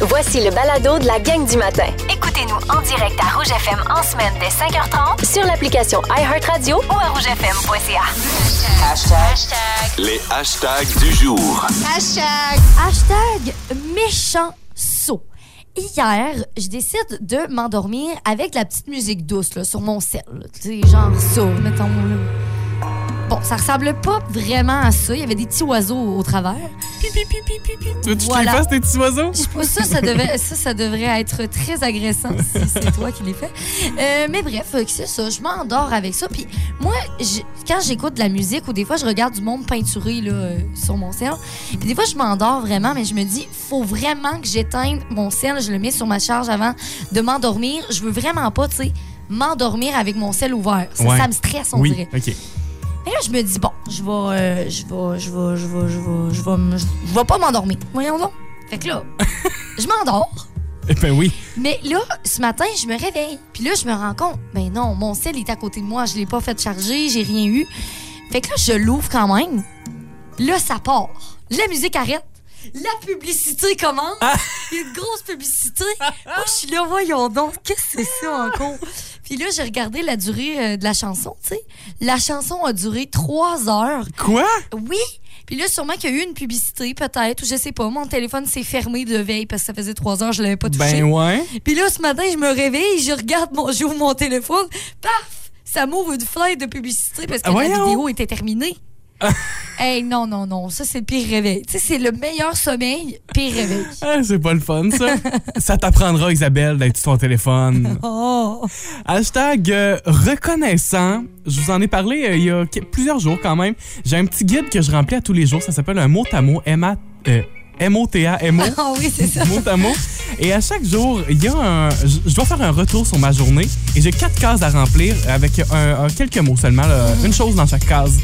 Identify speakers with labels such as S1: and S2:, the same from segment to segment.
S1: Voici le balado de la gang du matin. Écoutez-nous en direct à Rouge FM en semaine dès 5h30 sur l'application iHeartRadio ou à rougefm.ca.
S2: Les hashtags du jour.
S3: Hashtag méchant saut. Hier, je décide de m'endormir avec de la petite musique douce là, sur mon sel. là. Tu sais, genre ça, mettons. là. Bon, ça ressemble pas vraiment à ça. Il y avait des petits oiseaux au travers.
S4: Tu veux que je te les
S3: Voilà.
S4: fasse, tes petits oiseaux?
S3: Je trouve ça, ça, devait, ça, ça devrait être très agressant si c'est toi qui les fais. Euh, mais bref, euh, c'est ça. Je m'endors avec ça. Puis moi, je- quand j'écoute de la musique ou des fois, je regarde du monde peinturé là, euh, sur mon sel. Puis des fois, je m'endors vraiment, mais je me dis, faut vraiment que j'éteigne mon sel. Je le mets sur ma charge avant de m'endormir. Je veux vraiment pas, tu sais, m'endormir avec mon sel ouvert. Ça,
S4: Ouais.
S3: ça me stresse, on
S4: Oui,
S3: dirait.
S4: OK.
S3: Et là, je me dis, bon, je vais, euh, je vais, je vais, je vais, je vais, je vais, me- je vais pas m'endormir. Voyons donc. Fait que là, je m'endors.
S4: Eh ben oui.
S3: Mais là, ce matin, je me réveille. Puis là, je me rends compte, ben non, mon sel est à côté de moi. Je l'ai pas fait charger, j'ai rien eu. Fait que là, je l'ouvre quand même. Là, ça part. La musique arrête. La publicité commence. Il y a une grosse publicité. Moi, je suis là, voyons donc, qu'est-ce que c'est ça encore? Puis là, j'ai regardé la durée euh, de la chanson, tu sais. La chanson a duré trois heures.
S4: Quoi?
S3: Oui. Puis là, sûrement qu'il y a eu une publicité, peut-être, ou je sais pas. Mon téléphone s'est fermé de veille parce que ça faisait trois heures, je l'avais pas touché.
S4: Ben ouais.
S3: Puis là, ce matin, je me réveille, je regarde, mon, j'ouvre mon téléphone, paf, ça m'ouvre une fenêtre de publicité parce que
S4: Ah,
S3: la
S4: voyons. Ah!
S3: vidéo était terminée. hey, non, non, non, ça, c'est le pire réveil. Tu sais, c'est le meilleur sommeil, pire réveil.
S4: Ah, c'est pas le fun, ça. ça t'apprendra, Isabelle, d'être sur ton téléphone.
S3: Oh!
S4: Hashtag euh, reconnaissant. Je vous en ai parlé euh, il y a que- plusieurs jours quand même. J'ai un petit guide que je remplis à tous les jours. Ça s'appelle un mot à mot. M-A- euh, M-O-T-A, M-O.
S3: Ah oui, c'est ça.
S4: mot à mot. Et à chaque jour, il y a un. Je je dois faire un retour sur ma journée et j'ai quatre cases à remplir avec un, un- quelques mots seulement, là,
S3: Mm.
S4: une chose dans chaque case.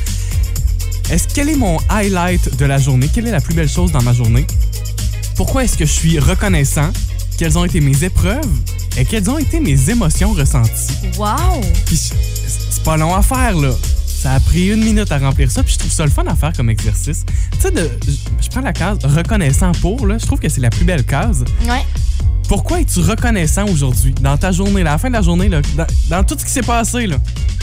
S4: Est-ce quel est mon highlight de la journée Quelle est la plus belle chose dans ma journée Pourquoi est-ce que je suis reconnaissant Quelles ont été mes épreuves et quelles ont été mes émotions ressenties
S3: Wow!
S4: Puis c- c'est pas long à faire là. Ça a pris une minute à remplir ça, puis je trouve ça le fun à faire comme exercice. Tu sais, de- je- je prends la case reconnaissant pour, là, je trouve que c'est la plus belle case.
S3: Ouais.
S4: Pourquoi es-tu reconnaissant aujourd'hui, dans ta journée, là, à la fin de la journée, là, dans, dans tout ce qui s'est passé? Là,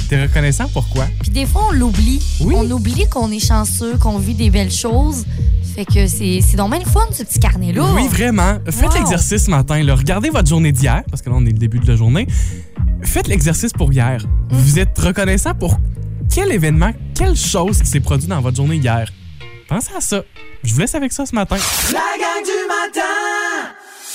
S4: t'es reconnaissant pourquoi?
S3: Puis des fois, on l'oublie.
S4: Oui.
S3: On oublie qu'on est chanceux, qu'on vit des belles choses. Fait que c'est, c'est donc bien le fun, ce petit carnet-là.
S4: Oui, vraiment. Faites
S3: Wow.
S4: l'exercice ce matin. Là. Regardez votre journée d'hier, parce que là, on est le début de la journée. Faites l'exercice pour hier. Vous êtes reconnaissant pour quel événement, quelle chose qui s'est produite dans votre journée hier. Pensez à ça. Je vous laisse avec ça ce matin.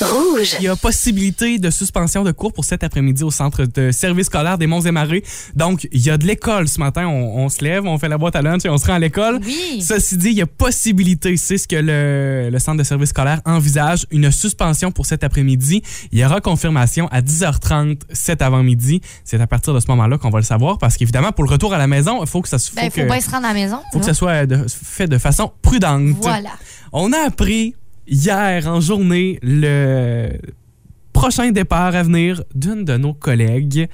S1: Rouge.
S4: Il y a possibilité de suspension de cours pour cet après-midi au centre de service scolaire des Monts et Marais. Donc, il y a de l'école ce matin. On, on se lève, on fait la boîte à lunch et on se rend à l'école.
S3: Oui.
S4: Ceci dit, il y a possibilité, c'est ce que le, le centre de service scolaire envisage, une suspension pour cet après-midi. Il y aura confirmation à 10h30 cet avant-midi. C'est à partir de ce moment-là qu'on va le savoir parce qu'évidemment, pour le retour à la maison, il faut que ça se faut
S3: Ben, faut
S4: que-
S3: bien se rendre à la maison.
S4: faut que
S3: là.
S4: ça soit de- fait de façon prudente.
S3: Voilà.
S4: On a appris hier en journée le prochain départ à venir d'une de nos collègues.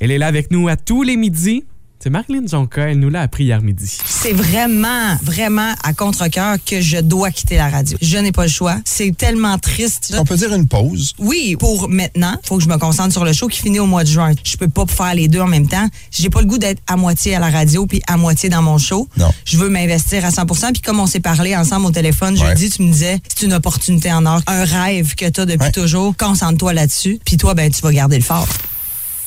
S4: Elle est là avec nous à tous les midis. C'est Marlene Jonca, elle nous l'a appris hier midi.
S5: C'est vraiment, vraiment à contre-cœur que je dois quitter la radio. Je n'ai pas le choix. C'est tellement triste.
S6: On peut dire une pause.
S5: Oui, pour maintenant, faut que je me concentre sur le show qui finit au mois de juin. Je peux pas faire les deux en même temps. J'ai pas le goût d'être à moitié à la radio puis à moitié dans mon show.
S6: Non.
S5: Je veux m'investir à 100 puis comme on s'est parlé ensemble au téléphone
S6: Ouais.
S5: jeudi, tu me disais c'est une opportunité en or, un rêve que tu as depuis
S6: Ouais.
S5: toujours. Concentre-toi là-dessus puis toi ben tu vas garder le fort.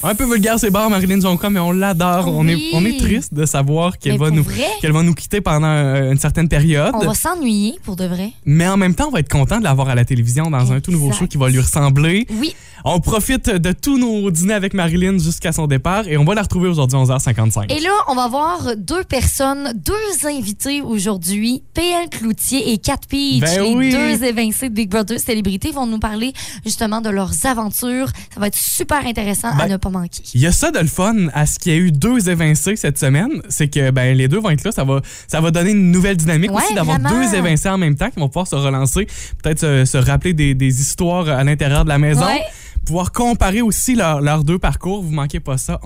S4: Un peu vulgaire, c'est barres, Marilyn Jonca, mais on l'adore. On, est,
S3: Ah Oui.
S4: on est triste de savoir qu'elle
S3: Mais
S4: va,
S3: pour
S4: nous-
S3: vrai?
S4: qu'elle va nous quitter pendant euh, une certaine période.
S3: On va s'ennuyer pour de vrai.
S4: Mais en même temps, on va être content de la voir à la télévision dans un tout nouveau
S3: Exact.
S4: show qui va lui ressembler.
S3: Oui.
S4: On profite de tous nos dîners avec Marilyn jusqu'à son départ et on va la retrouver aujourd'hui 11h55.
S3: Et là, on va voir deux personnes, deux invités aujourd'hui, PL Cloutier et Cat Peach,
S4: Ben
S3: les
S4: oui.
S3: deux évincés de Big Brother célébrités, vont nous parler justement de leurs aventures. Ça va être super intéressant à
S4: Ben-
S3: ne pas manquer.
S4: Il y a ça de le fun à ce qu'il y a eu deux évincés cette semaine, c'est que ben les deux vont être là, ça va ça va donner une nouvelle dynamique
S3: Ouais,
S4: aussi d'avoir
S3: vraiment.
S4: deux évincés en même temps qui vont pouvoir se relancer, peut-être se, se rappeler des, des histoires à l'intérieur de la maison.
S3: Ouais.
S4: pouvoir comparer aussi leur- leurs deux parcours. Vous manquez pas ça,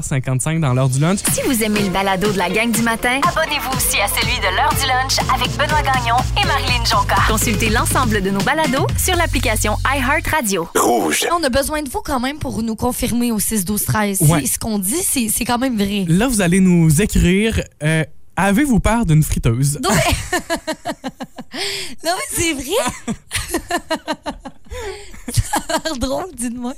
S4: 11h55 dans l'heure du lunch.
S1: Si vous aimez le balado de la gang du matin, abonnez-vous aussi à celui de l'heure du lunch avec Benoît Gagnon et Marilyn Jonca. Consultez l'ensemble de nos balados sur l'application iHeartRadio.
S2: Rouge.
S3: On a besoin de vous quand même pour nous confirmer au 6 12 13
S4: Ouais.
S3: Ce qu'on dit, c'est c'est quand même vrai.
S4: Là, vous allez nous écrire euh, Avez-vous peur d'une friteuse
S3: Non, mais, Non, mais c'est vrai. ça a l'air drôle, dis-moi.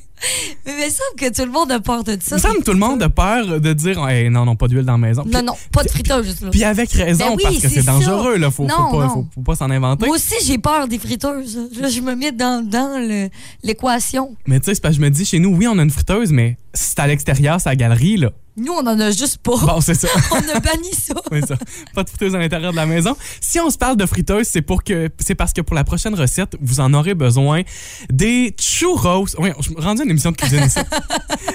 S3: Mais il me semble que tout le monde a peur de
S4: Il
S3: ça.
S4: me semble que tout le monde a peur de dire Hey, Non, non, pas d'huile dans la maison.
S3: Non, non, pas de friteuse. Là.
S4: Puis avec raison,
S3: Ben oui,
S4: parce que
S3: c'est
S4: c'est
S3: ça.
S4: dangereux, là. Faut,
S3: Non,
S4: faut pas,
S3: non.
S4: faut- faut pas s'en inventer.
S3: Moi aussi, j'ai peur des friteuses. Là, je me mets dans, dans le- l'équation.
S4: Mais tu sais, c'est parce que je me dis, chez nous, oui, on a une friteuse, mais c'est à l'extérieur, c'est à la galerie, là.
S3: Nous, on en a juste pas.
S4: Bon, c'est ça.
S3: On a banni ça.
S4: C'est ça. Pas de friteuse à l'intérieur de la maison. Si on se parle de friteuse, c'est pour que c'est parce que pour la prochaine recette, vous en aurez besoin des churros. Oui, je me rendu à une émission de cuisine ici.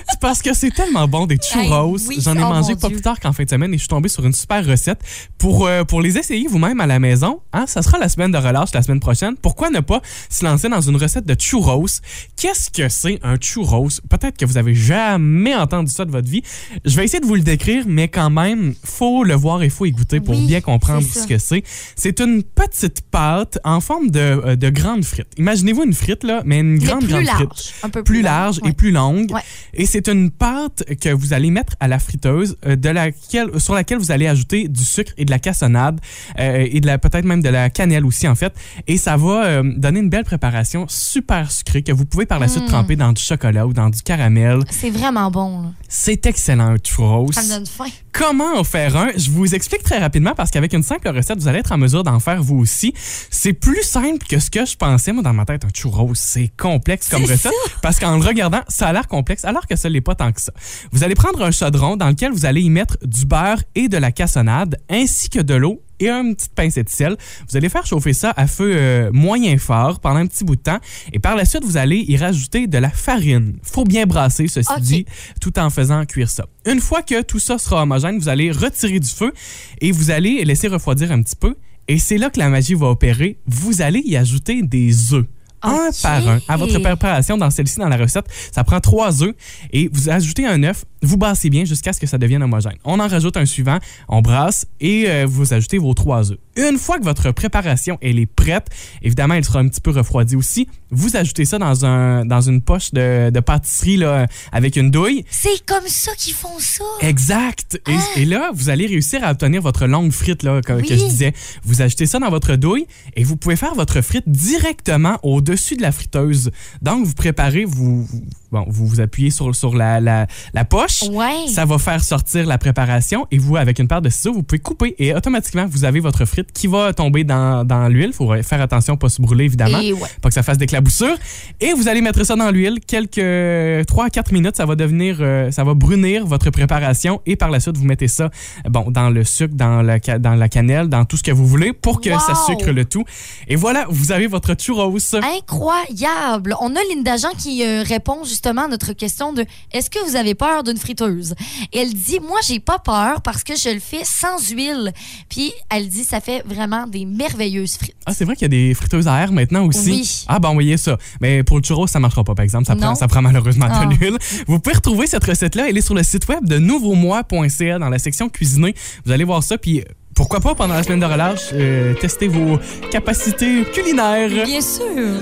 S4: c'est parce que c'est tellement bon des churros.
S3: Hey, Ben oui,
S4: J'en ai
S3: oh
S4: mangé
S3: mon
S4: pas
S3: Dieu.
S4: plus tard qu'en fin de semaine et je suis tombé sur une super recette pour euh, pour les essayer vous-même à la maison. Hein, ça sera la semaine de relâche la semaine prochaine. Pourquoi ne pas se lancer dans une recette de churros Qu'est-ce que c'est un churros Peut-être que vous avez jamais entendu ça de votre vie. Je vais essayer de vous le décrire, mais quand même, faut le voir et faut y goûter pour
S3: Oui,
S4: bien comprendre
S3: c'est ça.
S4: ce que c'est. C'est une petite pâte en forme de, euh, de grande frite. Imaginez-vous une frite, là, mais une
S3: Mais
S4: grande,
S3: plus
S4: grande
S3: large.
S4: frite
S3: Un peu
S4: plus large
S3: ouais.
S4: et plus longue.
S3: Ouais.
S4: Et c'est une pâte que vous allez mettre à la friteuse, euh, de laquelle, sur laquelle vous allez ajouter du sucre et de la cassonade euh, et de la peut-être même de la cannelle aussi en fait. Et ça va euh, donner une belle préparation super sucrée que vous pouvez par la suite
S3: Mmh.
S4: tremper dans du chocolat ou dans du caramel.
S3: C'est vraiment bon. là.
S4: C'est excellent, un churros.
S3: Ça me donne faim.
S4: Comment en faire un? Je vous explique très rapidement parce qu'avec une simple recette, vous allez être en mesure d'en faire vous aussi. C'est plus simple que ce que je pensais. Moi, dans ma tête, un churros, c'est complexe comme
S3: C'est
S4: recette parce qu'en le regardant, ça a l'air complexe alors que ça l'est pas tant que ça. Vous allez prendre un chaudron dans lequel vous allez y mettre du beurre et de la cassonade ainsi que de l'eau et une petite pincée de sel. Vous allez faire chauffer ça à feu euh, moyen fort pendant un petit bout de temps et par la suite, vous allez y rajouter de la farine. Faut bien brasser, ceci
S3: Ok.
S4: dit, tout en faisant cuire ça. Une fois que tout ça sera homogène, vous allez retirer du feu et vous allez laisser refroidir un petit peu. Et c'est là que la magie va opérer. Vous allez y ajouter des œufs. Un
S3: Ok.
S4: par un. À votre préparation, dans celle-ci, dans la recette, ça prend trois œufs et vous ajoutez un œuf, vous brassez bien jusqu'à ce que ça devienne homogène. On en rajoute un suivant, on brasse et euh, vous ajoutez vos trois œufs. Une fois que votre préparation elle est prête, évidemment, elle sera un petit peu refroidie aussi, vous ajoutez ça dans, un, dans une poche de, de pâtisserie là, avec une douille
S3: C'est comme ça qu'ils font ça.
S4: Eh, Exact. Et, et là, vous allez réussir à obtenir votre longue frite là, que, que
S3: Ah. Oui.
S4: je disais. Vous achetez ça dans votre douille et vous pouvez faire votre frite directement au-dessus de la friteuse. Donc, vous préparez, vous, vous- bon, vous, vous appuyez sur, sur la, la, la poche.
S3: Ouais.
S4: Ça va faire sortir la préparation et vous, avec une paire de ciseaux, vous pouvez couper et automatiquement, vous avez votre frite qui va tomber dans, dans l'huile. faut faire attention, pas se brûler, évidemment
S3: Et ouais.
S4: pas que ça fasse des claboussures. Et vous allez mettre ça dans l'huile. Quelques 3 à 4 minutes, ça va devenir, euh, ça va brunir votre préparation. Et par la suite, vous mettez ça euh, bon, dans le sucre, dans la, ca- dans la cannelle, dans tout ce que vous voulez pour que ça
S3: Wow!
S4: sucre le tout. Et voilà, vous avez votre churros.
S3: Incroyable. On a Linda Jean qui euh, répond justement à notre question de est-ce que vous avez peur d'une friteuse Et elle dit moi j'ai pas peur parce que je le fais sans huile. Puis elle dit ça fait vraiment des merveilleuses frites.
S4: Ah, c'est vrai qu'il y a des friteuses à air maintenant aussi.
S3: Oui.
S4: Ah, ben, voyez ça. Mais pour le churros, ça marchera pas, par exemple. Ça, prend,
S3: Non.
S4: ça prend malheureusement
S3: Ah.
S4: de l'huile. Vous pouvez retrouver cette recette-là. Elle est sur le site web de nouveaumois.ca dans la section cuisiner. Vous allez voir ça. Puis pourquoi pas, pendant la semaine de relâche, euh, tester vos capacités culinaires.
S3: Bien sûr.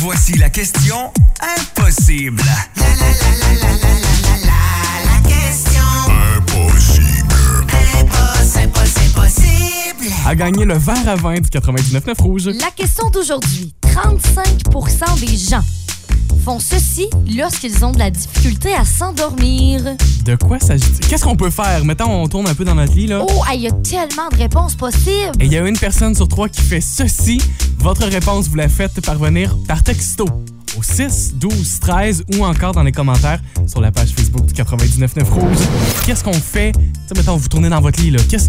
S6: Voici la question impossible.
S4: À gagner le verre à vin du 99.9 Rouge.
S3: La question d'aujourd'hui 35 des gens font ceci lorsqu'ils ont de la difficulté à s'endormir.
S4: De quoi s'agit-il? Qu'est-ce qu'on peut faire? Mettons, on tourne un peu dans notre lit, là.
S3: Oh, ah, il y a tellement de réponses possibles.
S4: Et il y a une personne sur trois qui fait ceci. Votre réponse, vous la faites parvenir par texto au 6, 12, 13 ou encore dans les commentaires sur la page Facebook du 99.9 Rouge. Qu'est-ce qu'on fait? Tu sais, mettons, vous tournez dans votre lit, là. Qu'est-ce-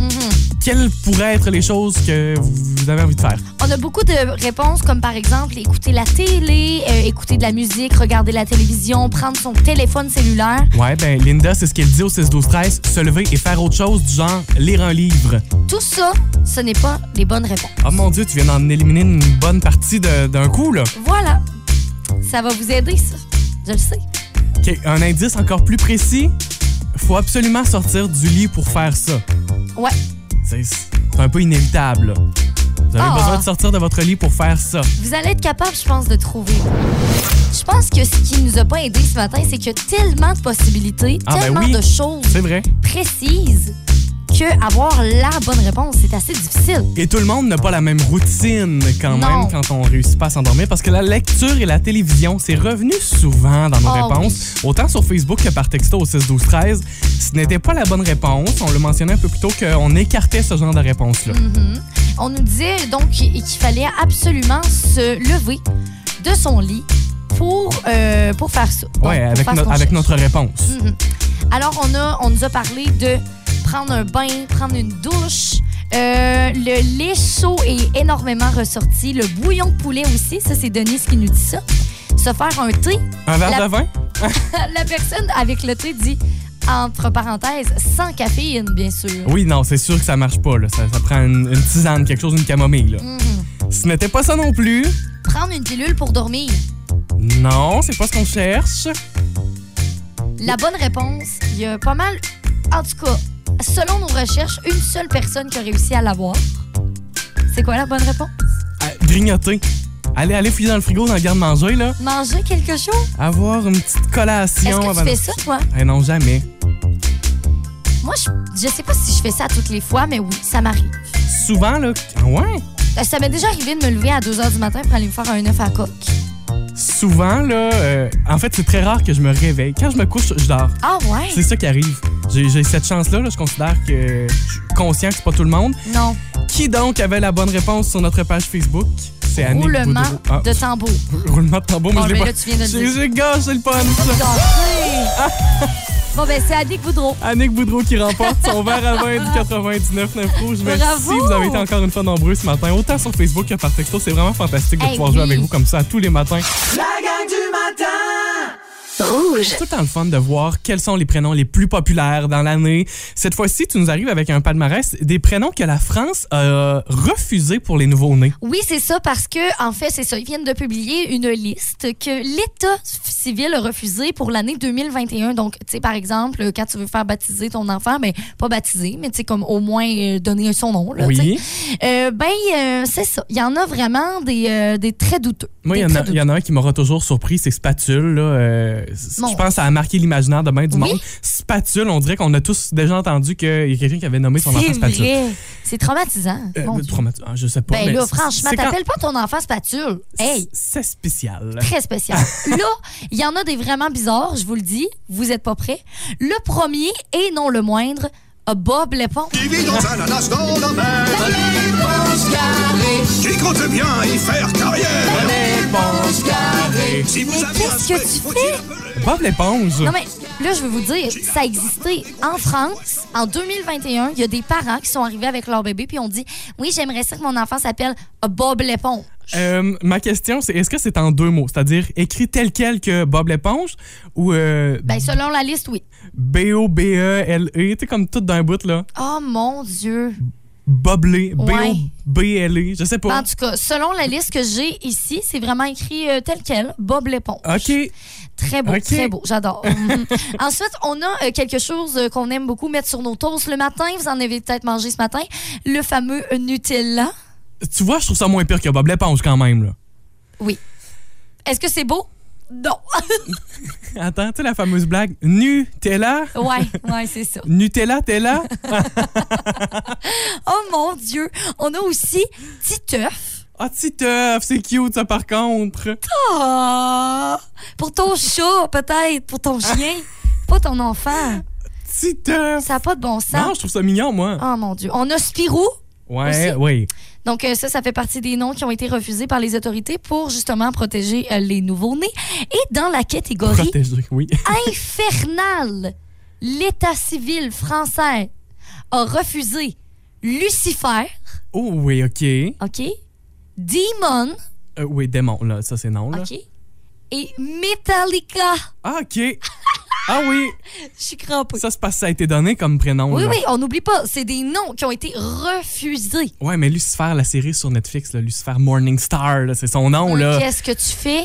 S4: Quelles pourraient être les choses que vous avez envie de faire?
S3: On a beaucoup de réponses, comme par exemple écouter la télé, euh, écouter de la musique, regarder la télévision, prendre son téléphone cellulaire.
S4: Ouais, ben Linda, c'est ce qu'elle dit au 6, 12, 13. Se lever et faire autre chose du genre lire un livre.
S3: Tout ça, ce n'est pas les bonnes réponses.
S4: Oh mon Dieu, tu viens d'en éliminer une bonne partie de- d'un coup, là.
S3: Voilà. Ça va vous aider, ça. Je le sais.
S4: OK, un indice encore plus précis. Faut absolument sortir du lit pour faire ça.
S3: Ouais.
S4: C'est c'est un peu inévitable. là. Vous avez
S3: Ah.
S4: besoin de sortir de votre lit pour faire ça.
S3: Vous allez être capable, je pense, de trouver. Je pense que ce qui nous a pas aidé ce matin, c'est qu'il y a tellement de possibilités,
S4: Ah, ben
S3: tellement
S4: oui.
S3: de choses
S4: C'est vrai.
S3: précises que avoir la bonne réponse, c'est assez difficile.
S4: Et tout le monde n'a pas la même routine quand
S3: Non.
S4: même quand on réussit pas à s'endormir parce que la lecture et la télévision, c'est revenu souvent dans nos
S3: Oh,
S4: réponses, autant sur Facebook que par texto au 6 12 13. Ce n'était pas la bonne réponse, on le mentionnait un peu plus tôt qu'on écartait ce genre de réponse
S3: Mm.
S4: là.
S3: On nous disait donc qu'il qu'il fallait absolument se lever de son lit pour, euh, pour faire ça. Donc,
S4: Ouais,
S3: pour
S4: avec,
S3: faire ce
S4: no-
S3: qu'on
S4: avec
S3: cherche. Mm-hmm.
S4: notre réponse.
S3: Alors, on, a, on nous a parlé de prendre un bain, prendre une douche. Euh, le lait chaud est énormément ressorti. Le bouillon de poulet aussi, ça, c'est Denise qui nous dit ça. Se faire un thé.
S4: Un verre
S3: La-
S4: de vin
S3: La personne avec le thé dit, entre parenthèses, sans caféine, bien sûr.
S4: Oui, non, c'est sûr que ça marche pas là. Ça, ça prend une, une tisane, quelque chose, une camomille là.
S3: Mhm.
S4: Ce n'était pas ça non plus.
S3: Prendre une pilule pour dormir.
S4: Non, c'est pas ce qu'on cherche.
S3: La bonne réponse, il y a pas mal. En tout cas, selon nos recherches, une seule personne qui a réussi à l'avoir. C'est quoi la bonne réponse?
S4: À- grignoter. Allez, allez fouiller dans le frigo, dans le garde-manger là.
S3: Manger quelque chose?
S4: Avoir une petite collation
S3: Est-ce que
S4: avant
S3: tu
S4: de-
S3: fais ça, toi?
S4: Eh non, jamais.
S3: Moi, je, je sais pas si je fais ça toutes les fois, mais oui, ça m'arrive.
S4: Souvent, là. ah Ouais.
S3: Euh, Ça m'est déjà arrivé de me lever à 2 h du matin pour aller me faire un œuf à coque.
S4: Souvent, là. euh, en fait, c'est très rare que je me réveille. Quand je me couche, je dors.
S3: Ah ouais?
S4: C'est ça qui arrive. J'ai j'ai cette chance-là. là. Je considère que je suis conscient que c'est pas tout le monde.
S3: Non,
S4: Qui donc avait la bonne réponse sur notre page Facebook? C'est Annick
S3: roulement
S4: Boudreau. Ah,
S3: de tambour.
S4: Roulement de tambour, mais
S3: Ah,
S4: je l'ai
S3: mais
S4: pas.
S3: là, tu viens de le
S4: J'ai-
S3: dire.
S4: J'ai gâché le punch.
S3: Dansez! Bon, ben, c'est Annick Boudreau.
S4: Annick Boudreau qui remporte son verre à vin du 99 9 rouge. Merci.
S3: Ah. Bravo!
S4: Vous avez été encore une fois nombreux ce matin, autant sur Facebook que par texto. C'est vraiment fantastique de
S3: Hey,
S4: pouvoir jouer
S3: Eh oui.
S4: avec vous comme ça tous les matins.
S6: La gang du matin!
S1: Rouge.
S4: C'est tout le temps le fun de voir quels sont les prénoms les plus populaires dans l'année. Cette fois-ci, tu nous arrives avec un palmarès des prénoms que la France a euh, refusés pour les nouveaux-nés.
S3: Oui, c'est ça, parce que, en fait, c'est ça. Ils viennent de publier une liste que l'État civil a refusée pour l'année 2021. Donc, tu sais, par exemple, quand tu veux faire baptiser ton enfant, ben, pas baptiser, mais tu sais, comme au moins euh, donner son nom, là, tu sais.
S4: Oui.
S3: Euh, ben, euh, c'est ça. Il y en a vraiment des, euh, des très douteux.
S4: Moi, il y,
S3: Des
S4: en a-
S3: très
S4: il y en a un qui m'aura toujours surpris, c'est Spatule. Là. euh, c-
S3: Mon-
S4: je pense que ça a marqué l'imaginaire de bien du
S3: Oui.
S4: monde. Spatule, on dirait qu'on a tous déjà entendu qu'il y a quelqu'un qui avait nommé son
S3: douteux.
S4: enfant
S3: C'est
S4: Spatule.
S3: vrai. C'est traumatisant.
S4: Euh,
S3: Mon Dieu.
S4: traumatis- ah, je sais pas.
S3: Ben
S4: mais
S3: là,
S4: c'est-
S3: franchement,
S4: c'est quand-
S3: t'appelles pas ton enfant spatule. Hey!
S4: C'est spécial.
S3: Très spécial. Là, il y en a des vraiment bizarres, je vous le dis. Vous êtes pas prêts. Le premier, et non le moindre, a Bob Lépon.
S7: dans un ananas dans la mer. Qui compte bien y faire carrière. Si vous avez
S3: Qu'est-ce que tu fais?
S4: Bob l'éponge.
S3: Non, mais là, je veux vous dire, ça existait en France. En 2021, il y a des parents qui sont arrivés avec leur bébé puis ont dit Oui, j'aimerais ça que mon enfant s'appelle Bob Lépon.
S4: Euh, ma question, c'est est-ce que c'est en deux mots? C'est-à-dire écrit tel quel que Bob l'éponge ou euh,
S3: Ben, selon la liste, oui.
S4: B-O-B-E-L-E? E Tu comme tout d'un bout, là.
S3: Oh mon Dieu.
S4: Boblé.
S3: Ouais.
S4: B-O-B-L-E. E Je sais pas.
S3: En tout cas, selon la liste que j'ai ici, c'est vraiment écrit euh, tel quel, Bob Lépon.
S4: OK.
S3: Très beau,
S4: Ok.
S3: très beau. J'adore. Mhm. Ensuite, on a euh, quelque chose euh, qu'on aime beaucoup mettre sur nos toasts le matin. Vous en avez peut-être mangé ce matin. Le fameux Nutella.
S4: Tu vois, je trouve ça moins pire que Bob l'éponge quand même, là.
S3: Oui. Est-ce que c'est beau? Non.
S4: Attends, tu sais la fameuse blague? Nu, t'es là?
S3: ouais, ouais, c'est ça.
S4: Nutella, t'es là?
S3: Oh mon Dieu. On a aussi Titeuf.
S4: Ah, petit teuf, c'est cute, ça, par contre.
S3: Ah! Pour ton chat, peut-être. Pour ton chien. Pas ton enfant.
S4: Petit teuf.
S3: Ça n'a pas de bon sens.
S4: Non, je trouve ça mignon, moi.
S3: Oh mon Dieu. On a Spirou.
S4: Ouais,
S3: Aussi.
S4: oui.
S3: Donc euh, ça, ça fait partie des noms qui ont été refusés par les autorités pour justement protéger euh, les nouveaux-nés. Et dans la catégorie
S4: Protégé, oui.
S3: Ah. infernale, l'État civil français a refusé Lucifer,
S4: Oh oui, ok.
S3: OK? Demon,
S4: Euh, oui, démon, là, ça c'est non, là.
S3: OK? Et Metallica.
S4: Ah, ok. Ah oui,
S3: Je suis crampée.
S4: ça se passe, ça a été donné comme prénom.
S3: Oui,
S4: là.
S3: oui, on n'oublie pas, c'est des noms qui ont été refusés.
S4: Ouais, mais Lucifer, la série sur Netflix, là, Lucifer Morningstar, là, c'est son nom, là.
S3: Qu'est-ce que tu fais?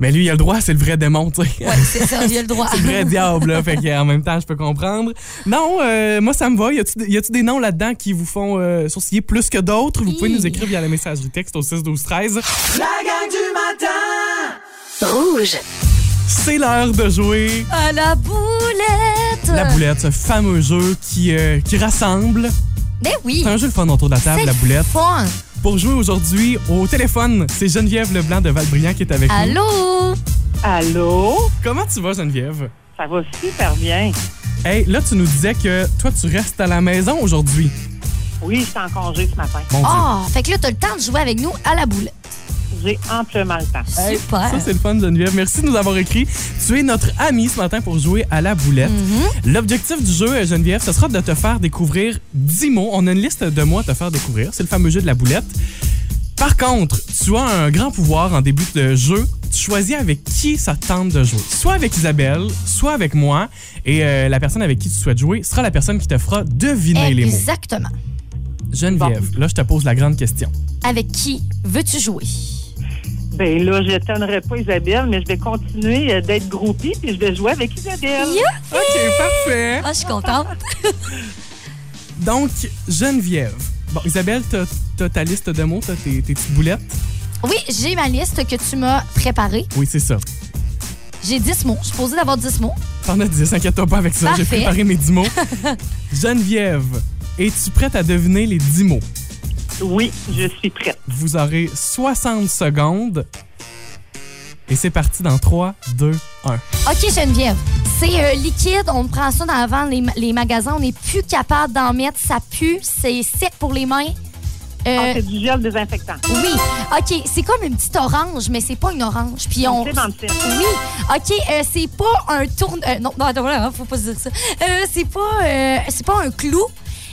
S4: Mais lui, il a le droit, c'est le vrai démon, tu sais.
S3: Ouais, c'est ça, il a le droit.
S4: C'est le vrai diable, là. Fait qu'en même temps, je peux comprendre. Non, euh, moi, ça me va. Y a-tu des- y a-tu des noms là-dedans qui vous font euh, sourciller plus que d'autres? Vous pouvez
S3: Hi.
S4: nous écrire via la messagerie texte au 6 12 13.
S6: La gang du matin!
S1: Rouge.
S4: C'est l'heure de jouer
S3: À la boulette!
S4: la boulette, ce fameux jeu qui, euh, qui rassemble.
S3: Ben oui!
S4: C'est un jeu le fun autour de la table,
S3: C'est
S4: Hein? la boulette.
S3: Fun!
S4: Pour jouer aujourd'hui au téléphone, c'est Geneviève Leblanc de Valbriand qui est avec nous.
S3: Allô?
S8: Allô?
S4: Comment tu vas, Geneviève?
S8: Ça va super bien.
S4: Hey, là, tu nous disais que toi, tu restes à la maison aujourd'hui.
S8: Oui, je suis en congé ce matin.
S4: Mon Dieu.
S3: Oh, fait que là, t'as le temps de jouer avec nous à la boulette.
S8: J'ai amplement le temps.
S3: Super!
S4: Ça, c'est le fun, Geneviève. Merci de nous avoir écrit. Tu es notre amie ce matin pour jouer à la boulette. L'objectif du jeu, euh, Geneviève, ce sera de te faire découvrir 10 mots. On a une liste de mots à te faire découvrir. C'est le fameux jeu de la boulette. Par contre, tu as un grand pouvoir en début de jeu. Tu choisis avec qui ça te tente de jouer. Soit avec Isabelle, soit avec moi. Et euh, la personne avec qui tu souhaites jouer sera la personne qui te fera deviner
S3: Eh,
S4: les mots.
S3: Exactement.
S4: Geneviève, là, je te pose la grande question.
S3: Avec qui veux-tu jouer?
S8: Ben là, je tannerai pas Isabelle, mais je vais continuer euh, d'être groupie puis je vais jouer avec Isabelle.
S4: OK, parfait.
S3: Ah, je suis contente.
S4: Donc, Geneviève. Bon, Isabelle, t'as t'as ta liste de mots, t'as tes, tes petites boulettes.
S3: Oui, j'ai ma liste que tu m'as préparée.
S4: Oui, c'est ça.
S3: J'ai 10 mots. Je suis posée d'avoir 10 mots.
S4: T'en as 10, inquiète-toi pas avec ça. J'ai
S3: Parfait.
S4: préparé mes 10 mots. Geneviève, es-tu prête à deviner les 10 mots?
S8: Oui, je suis prête.
S4: Vous aurez 60 secondes. Et c'est parti dans 3, 2, 1.
S3: OK, Geneviève. C'est euh, liquide. On prend ça dans avant les, ma- les magasins. On n'est plus capable d'en mettre. Ça pue. C'est sec pour les mains. Euh,
S8: Ah, c'est du gel désinfectant.
S3: oui. OK, c'est comme une petite orange, mais c'est pas une orange. Puis on.
S8: C'est dans le ciel.
S3: Oui. OK, euh, c'est pas un tourne. euh, non, non, attends, voilà, faut pas se dire ça. Euh, c'est pas, euh, c'est pas un clou,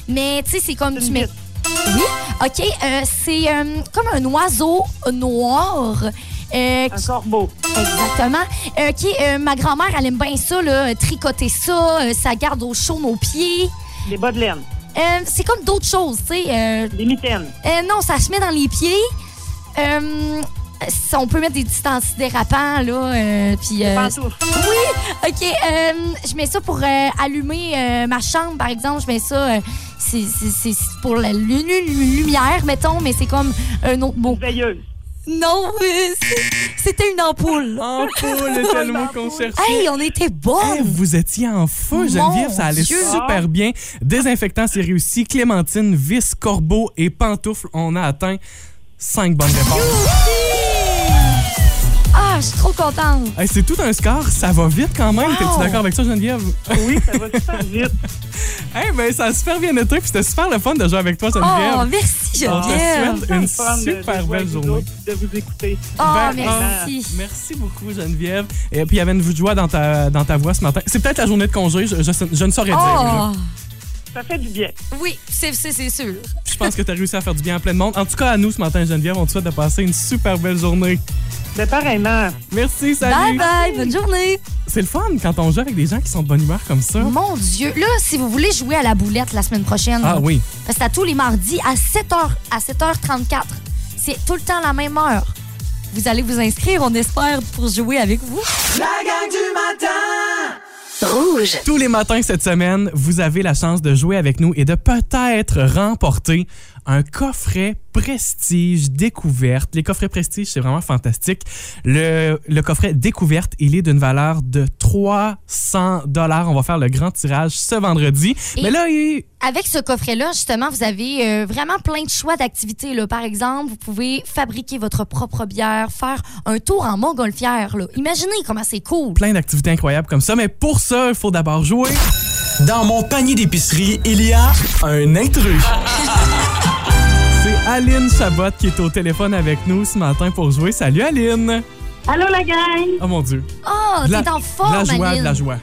S3: mais tu sais, c'est comme
S8: C'est
S3: tu
S8: une
S3: mets.
S8: bite.
S3: Oui. OK, euh, c'est euh, comme un oiseau noir. euh,
S8: Un corbeau.
S3: Exactement. Euh, qui, euh, ma grand-mère, elle aime bien ça, là, euh, tricoter ça, euh, ça garde au chaud nos pieds.
S8: Des bas de laine.
S3: Euh, c'est comme d'autres choses, tu sais. euh,
S8: Des mitaines.
S3: euh, non, ça se met dans les pieds. Euh, ça, on peut mettre des petits antidérapants, là, euh, puis... euh,
S8: Pantoufles.
S3: oui, OK. euh, je mets ça pour euh, allumer euh, ma chambre, par exemple. Je mets ça... euh, c'est- c'est c'est- c'est pour la lu- lu- lumière, mettons, mais c'est comme un autre mot.
S8: Veilleuse.
S3: Non, euh, c'est- c'était une ampoule.
S4: En poule, c'est le mot qu'on cherchait.
S3: Hey, on était
S4: Hey,
S3: bonnes!
S4: vous étiez en feu,
S3: Mon
S4: Geneviève, ça allait
S3: Dieu.
S4: super bien. Désinfectant, c'est réussi. Clémentine, vis, corbeau et pantoufle, on a atteint 5 bonnes réponses.
S3: Ah, je suis trop contente.
S4: Hey, c'est tout un score, ça va vite quand même. T'es-tu d'accord avec ça, Geneviève?
S8: Oui, ça va super vite.
S4: Eh ben, ça a super bien été, puis c'était super le fun de jouer avec toi,
S3: Oh,
S4: Geneviève.
S3: merci,
S4: On te
S3: Geneviève.
S4: souhaite
S8: C'est
S4: une
S8: le fun de- de
S4: super
S8: jouer
S4: belle
S8: avec vous
S4: journée.
S8: autres, De vous écouter.
S3: Oh,
S4: Ben,
S3: merci.
S4: ah, merci beaucoup, Geneviève. Et puis, il y avait une voix de joie dans ta, dans ta voix ce matin. C'est peut-être la journée de congé, je, je- je ne saurais dire. là.
S3: Oh,
S8: Ça fait du bien.
S3: oui, c'est c'est- c'est sûr.
S4: Je pense que tu as réussi à faire du bien à plein de monde. En tout cas, à nous ce matin, Geneviève, on te souhaite de passer une super belle journée.
S8: Mais pareillement,
S3: Bye
S4: Merci, salut.
S3: bye, bonne journée.
S4: C'est le fun quand on joue avec des gens qui sont de bonne humeur comme ça.
S3: Mon Dieu, là, si vous voulez jouer à la boulette la semaine prochaine,
S4: Ah oui.
S3: parce que c'est à tous les mardis à 7h, à 7h34. C'est tout le temps la même heure. Vous allez vous inscrire, on espère, pour jouer avec vous.
S6: La gang du matin!
S4: Tous les matins cette semaine, vous avez la chance de jouer avec nous et de peut-être remporter un coffret prestige découverte. Les coffrets prestige, c'est vraiment fantastique. Le, le coffret découverte, il est d'une valeur de 300 dollars. On va faire le grand tirage ce vendredi.
S3: Et-
S4: Mais là, il...
S3: Avec ce coffret-là, justement, vous avez euh, vraiment plein de choix d'activités. là. Par exemple, vous pouvez fabriquer votre propre bière, faire un tour en montgolfière. là. Imaginez comment c'est cool.
S4: plein d'activités incroyables comme ça. Mais pour ça, il faut d'abord jouer.
S9: Dans mon panier d'épicerie, il y a un intrus.
S4: C'est Aline Chabot qui est au téléphone avec nous ce matin pour jouer. Salut Aline!
S10: Allô la gang!
S4: Oh mon Dieu!
S3: Oh,
S4: De la-
S3: t'es en forme,
S4: de la joie,
S3: Aline.
S4: de la joie.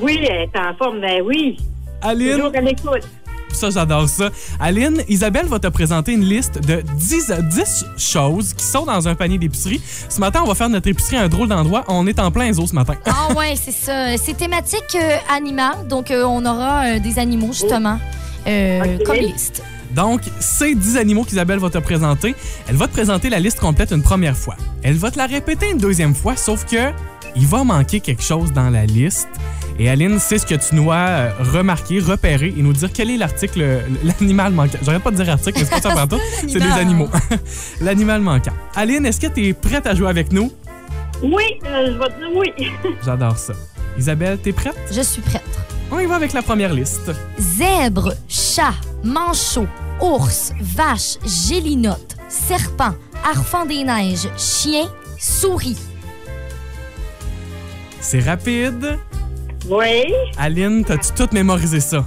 S10: Oui, elle est en forme, ben oui.
S4: Aline,
S10: Toujours à l'écoute.
S4: ça j'adore ça. Aline, Isabelle va te présenter une liste de 10, 10 choses qui sont dans un panier d'épicerie. Ce matin, on va faire notre épicerie à un drôle d'endroit. On est en plein zoo ce matin.
S3: Ah ouais, c'est ça. C'est thématique euh, animal, donc euh, on aura euh, des animaux, justement, euh,
S10: Ok.
S3: comme liste.
S4: Donc, ces 10 animaux qu'Isabelle va te présenter, elle va te présenter la liste complète une première fois. Elle va te la répéter une deuxième fois, sauf que il va manquer quelque chose dans la liste. Et Aline, c'est ce que tu dois euh, remarquer, repérer et nous dire quel est l'article, euh, l'animal manquant. J'arrête pas de dire article, mais c'est pas ça pantoute, c'est des animaux. L'animal manquant. Aline, est-ce que tu es prête à jouer avec nous?
S10: Oui, euh, je vais dire oui.
S4: J'adore ça. Isabelle, t'es prête?
S3: Je suis prête.
S4: On y va avec la première liste.
S3: Zèbre, chat, manchot, ours, vache, gélinote, serpent, arfan des neiges, chien, souris.
S4: C'est rapide.
S10: Oui.
S4: Aline, t'as-tu tout mémorisé ça?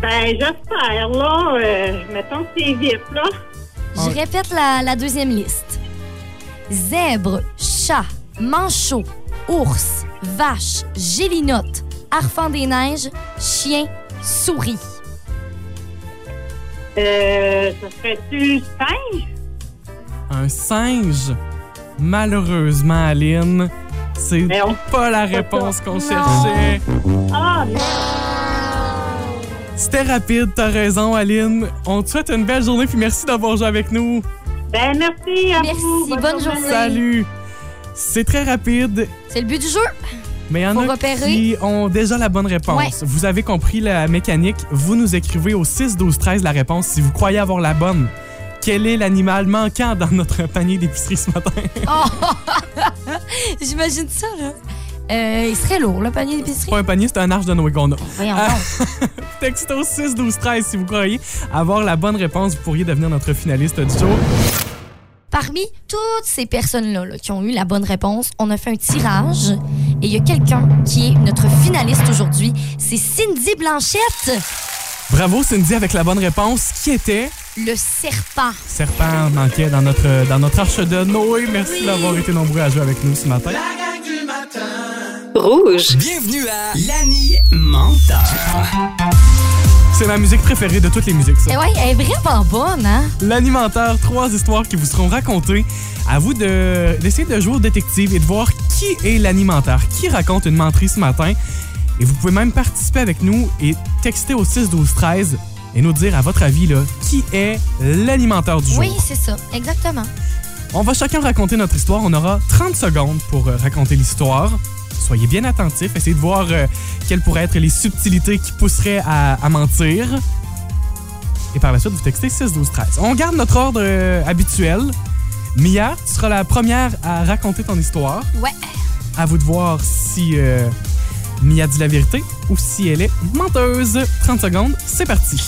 S10: Ben, j'espère, là. Euh, mettons que c'est vite, là.
S3: Je répète la, la deuxième liste. Zèbre, chat, manchot, ours, vache, gélinote, arfan des neiges, chien, souris.
S10: Euh, ça serait-tu singe?
S4: Un singe. Malheureusement, Aline, c'est pas la réponse qu'on cherchait.
S10: Ah, non.
S4: C'était rapide, t'as raison, Aline. On te souhaite une belle journée, puis merci d'avoir joué avec nous.
S10: Ben, merci à
S3: Merci,
S10: vous.
S3: bonne journée.
S4: Salut! C'est très rapide,
S3: C'est le but du jeu.
S4: mais il y en
S3: Faut
S4: a
S3: repérer.
S4: qui ont déjà la bonne réponse.
S3: Ouais.
S4: Vous avez compris la mécanique. Vous nous écrivez au 6-12-13 la réponse si vous croyez avoir la bonne. Quel est l'animal manquant dans notre panier d'épicerie ce matin?
S3: J'imagine ça, là. Euh, il serait lourd, le panier d'épicerie.
S4: Pas un panier, c'est un arche de Noé qu'on a.
S3: Voyons
S4: Ah.
S3: donc.
S4: Texto 6 12 13 si vous croyez avoir la bonne réponse, vous pourriez devenir notre finaliste du jour.
S3: Parmi toutes ces personnes-là là, qui ont eu la bonne réponse, on a fait un tirage et il y a quelqu'un qui est notre finaliste aujourd'hui. C'est Cindy Blanchette,
S4: Bravo Cindy avec la bonne réponse qui était
S3: le serpent.
S4: serpent manquait dans notre dans notre arche de Noé. Merci d'avoir été nombreux à jouer avec nous ce matin.
S9: Bienvenue à l'animental.
S4: C'est ma musique préférée de toutes les musiques ça.
S3: Eh ouais, elle est vraiment bonne, hein?
S4: L'animenteur, trois histoires qui vous seront racontées. À vous de d'essayer de jouer au détective et de voir qui est l'animenteur, qui raconte une menterie ce matin. Et vous pouvez même participer avec nous et texter au 6 12 13 et nous dire à votre avis là, qui est l'animenteur du jour.
S3: Oui, c'est ça, exactement.
S4: On va chacun raconter notre histoire. On aura 30 secondes pour euh, raconter l'histoire. Soyez bien attentifs. Essayez de voir euh, quelles pourraient être les subtilités qui pousseraient à, à mentir. Et par la suite, vous textez 6, 12, 13. On garde notre ordre euh, habituel. Mia, tu seras la première à raconter ton histoire.
S3: Ouais.
S4: À vous de voir si euh, Mia dit la vérité ou si elle est menteuse. 30 secondes, c'est parti.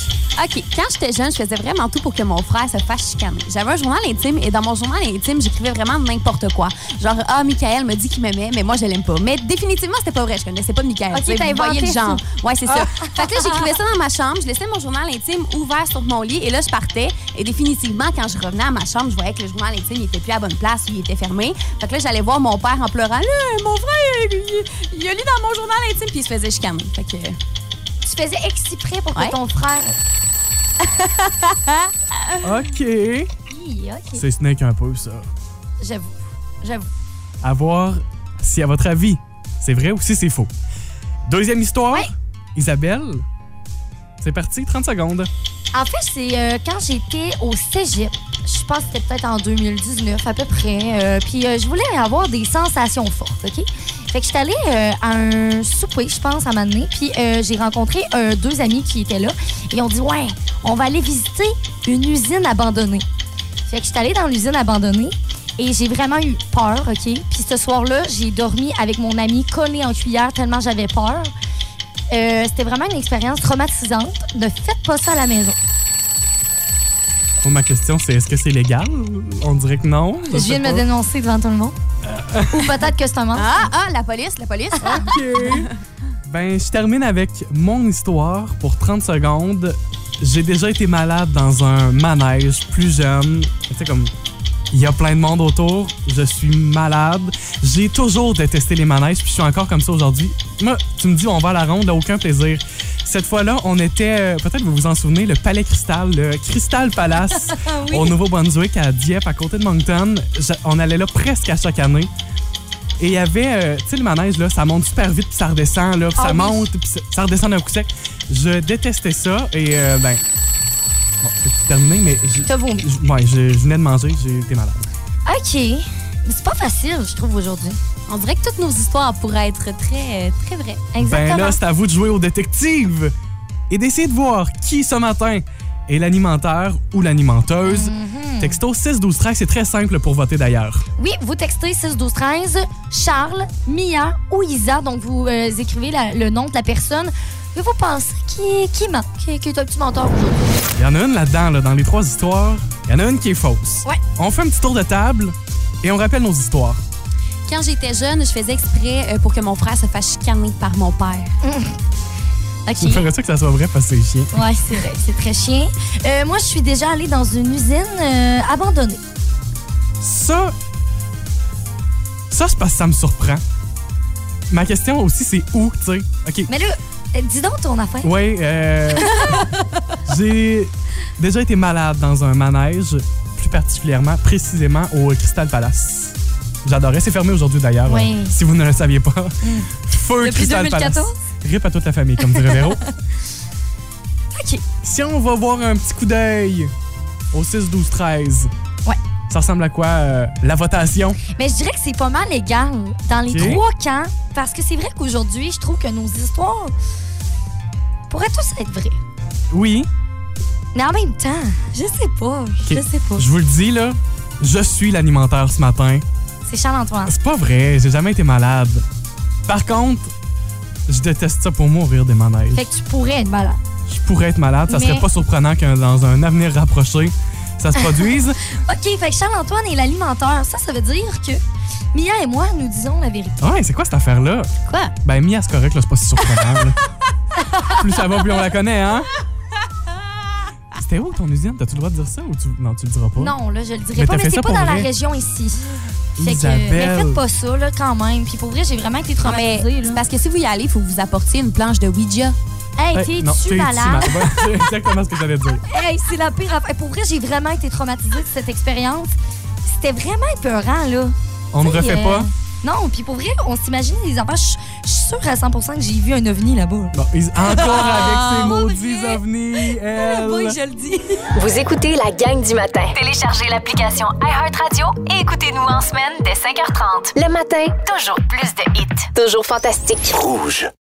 S11: OK, quand j'étais jeune, je faisais vraiment tout pour que mon frère se fasse chicaner. J'avais un journal intime et dans mon journal intime, j'écrivais vraiment n'importe quoi. Genre, ah, Michael me dit qu'il m'aimait, mais moi, je l'aime pas. Mais définitivement, c'était pas vrai. Je connaissais pas Michael.
S3: OK,
S11: Tu sais,
S3: t'as
S11: vous voyez le
S3: inventé Ah.
S11: genre. Ouais, c'est ça. Fait que là, j'écrivais ça dans ma chambre. Je laissais mon journal intime ouvert sur mon lit et là, je partais. Et définitivement, quand je revenais à ma chambre, je voyais que le journal intime, il était plus à la bonne place, il était fermé. Fait que là, j'allais voir mon père en pleurant. Là, mon frère, il, il- il a lu dans mon journal intime, puis il se faisait chicaner. Fait que.
S3: Tu faisais exprès pour que
S11: Ouais.
S3: ton frère.
S4: OK.
S3: Hi, OK.
S4: C'est Snake un peu, ça.
S3: J'avoue. J'avoue.
S4: à voir si, à votre avis, c'est vrai ou si c'est faux. Deuxième histoire, Isabelle. C'est parti, 30 secondes.
S3: En fait, c'est euh, quand j'étais au cégep. Je pense que c'était peut-être en 2019 à peu près. euh, puis euh, je voulais avoir des sensations fortes, OK? Fait que j'étais allée euh, à un souper, je pense, à Mané. Puis euh, j'ai rencontré euh, deux amis qui étaient là. Et ils ont dit, ouais, on va aller visiter une usine abandonnée. Fait que j'étais allée dans l'usine abandonnée. Et j'ai vraiment eu peur, OK? Puis ce soir-là, j'ai dormi avec mon ami collé en cuillère tellement j'avais peur. Euh, c'était vraiment une expérience traumatisante. Ne faites pas ça à la maison.
S4: Bon, Oh, ma question, c'est est-ce que c'est légal? On dirait que non.
S3: Je viens de me dénoncer devant tout le monde. Ou peut-être que c'est un mensonge.
S11: Ah, ah, la police, la police.
S4: OK. ben, je termine avec mon histoire pour 30 secondes. J'ai déjà été malade dans un manège plus jeune. Tu sais, comme il y a plein de monde autour, je suis malade. J'ai toujours détesté les manèges, puis je suis encore comme ça aujourd'hui. Moi, tu me dis, on va à la ronde, là, aucun plaisir. Cette fois-là, on était, euh, peut-être vous vous en souvenez, le Palais Cristal, le Crystal Palace
S3: Ah
S4: au Nouveau-Brunswick, à Dieppe, à côté de Moncton. Je- on allait là presque à chaque année. Et il y avait, euh, tu sais, le manège, là, ça monte super vite, puis ça redescend, là, puis
S3: Ah
S4: ça
S3: oui.
S4: monte, puis ça- ça redescend d'un coup sec. Je détestais ça, et euh, ben, Bon, c'est terminé, mais j'ai.
S3: T'as vomi.
S4: j- Ouais, je, je venais de manger, j'ai été malade.
S3: Ah, OK. Mais c'est pas facile, je trouve, aujourd'hui.
S11: On dirait que toutes nos histoires pourraient être très, très vraies.
S4: Ben là, c'est à vous de jouer au détective et d'essayer de voir qui ce matin est l'alimenteur ou l'alimenteuse. Texto 612 13, c'est très simple pour voter d'ailleurs.
S3: Oui, vous textez 6 12 13 Charles, Mia ou Isa. Donc, vous euh, écrivez la- le nom de la personne que vous pensez qui, qui ment, qui, qui est un petit menteur aujourd'hui.
S4: Il y en a une là-dedans, là, dans les trois histoires. Il y en a une qui est fausse.
S3: Ouais.
S4: On fait un petit tour de table et on rappelle nos histoires.
S11: Quand j'étais jeune, je faisais exprès euh, pour que mon frère se fasse chicaner par mon père.
S3: Hum.
S4: Je
S3: OK.
S4: ferais ça que ça soit vrai parce que c'est chiant.
S3: Ouais, c'est vrai, c'est très chien. Euh, moi, je suis déjà allée dans une usine euh, abandonnée.
S4: Ça, ça c'est parce que ça me surprend. Ma question aussi, c'est où, tu sais. OK.
S3: Mais là, euh, dis donc ton affaire.
S4: Oui, euh, j'ai déjà été malade dans un manège, plus particulièrement, précisément au Crystal Palace. J'adorais. C'est fermé aujourd'hui d'ailleurs,
S3: Oui. Mm.
S4: euh, si vous ne le saviez pas. Feu
S3: Depuis
S4: Crystal
S3: 2014?
S4: Palace. Rip à toute la famille, comme dirait Véro.
S3: OK.
S4: Si on va voir un petit coup d'œil au 6-12-13,
S3: Ouais.
S4: ça ressemble à quoi euh, la votation?
S3: Mais je dirais que c'est pas mal égal dans les
S4: Ok.
S3: trois camps. Parce que c'est vrai qu'aujourd'hui, je trouve que nos histoires pourraient tous être vraies.
S4: Oui.
S3: Mais en même temps, je sais pas. Je
S4: Ok.
S3: sais pas.
S4: Je vous le dis, là, je suis l'alimentaire ce matin.
S3: C'est Charles-Antoine.
S4: C'est pas vrai, j'ai jamais été malade. Par contre, je déteste ça pour mourir des manèges.
S3: Fait que tu pourrais être malade.
S4: Je pourrais être malade, ça
S3: Mais-
S4: serait pas surprenant qu'un dans un avenir rapproché, ça se produise.
S3: OK, fait que Charles-Antoine est l'alimentaire. Ça, ça veut dire que Mia et moi, nous disons la vérité.
S4: ouais, c'est quoi cette affaire-là?
S3: Quoi?
S4: Ben, Mia, c'est correct, là, c'est pas si surprenant. là. plus ça va, plus on la connaît, hein? C'était où ton usine? T'as-tu le droit de dire ça ou tu... Non, tu le diras pas?
S3: Non, là, je le dirais
S4: Oh. Mais
S3: pas,
S4: t'as
S3: mais
S4: fait
S3: c'est
S4: ça
S3: pas
S4: pour
S3: dans la
S4: vrai?
S3: région ici. Fait que, euh,
S4: Isabelle.
S3: mais faites pas ça, là, quand même. Puis pour vrai, j'ai vraiment été
S11: Non, mais
S3: traumatisée.
S11: c'est parce que si vous y allez, il faut que vous apportiez une planche de Ouija.
S3: Hey,
S4: Hey, non,
S3: t'es-tu
S4: t'es-tu
S3: malade?
S4: malade? C'est exactement ce que j'allais dire.
S3: Hey, c'est la pire affaire. Pour vrai, j'ai vraiment été traumatisée de cette expérience. C'était vraiment épeurant, là.
S4: On ne
S3: Tu sais,
S4: refait
S3: euh,
S4: pas?
S3: Non, puis pour vrai, on s'imagine les enfants. Je je suis sûre à 100 que j'ai vu un ovni là-bas.
S4: Bon, ils- encore
S3: Ah,
S4: avec ces
S3: pas
S4: maudits
S3: Oh,
S4: ovnis, elle.
S3: le dis.
S1: Vous écoutez la gang du matin. Téléchargez l'application iHeartRadio et écoutez-nous en semaine dès 5h30. Le matin, toujours plus de hits. Toujours fantastique.
S2: Rouge.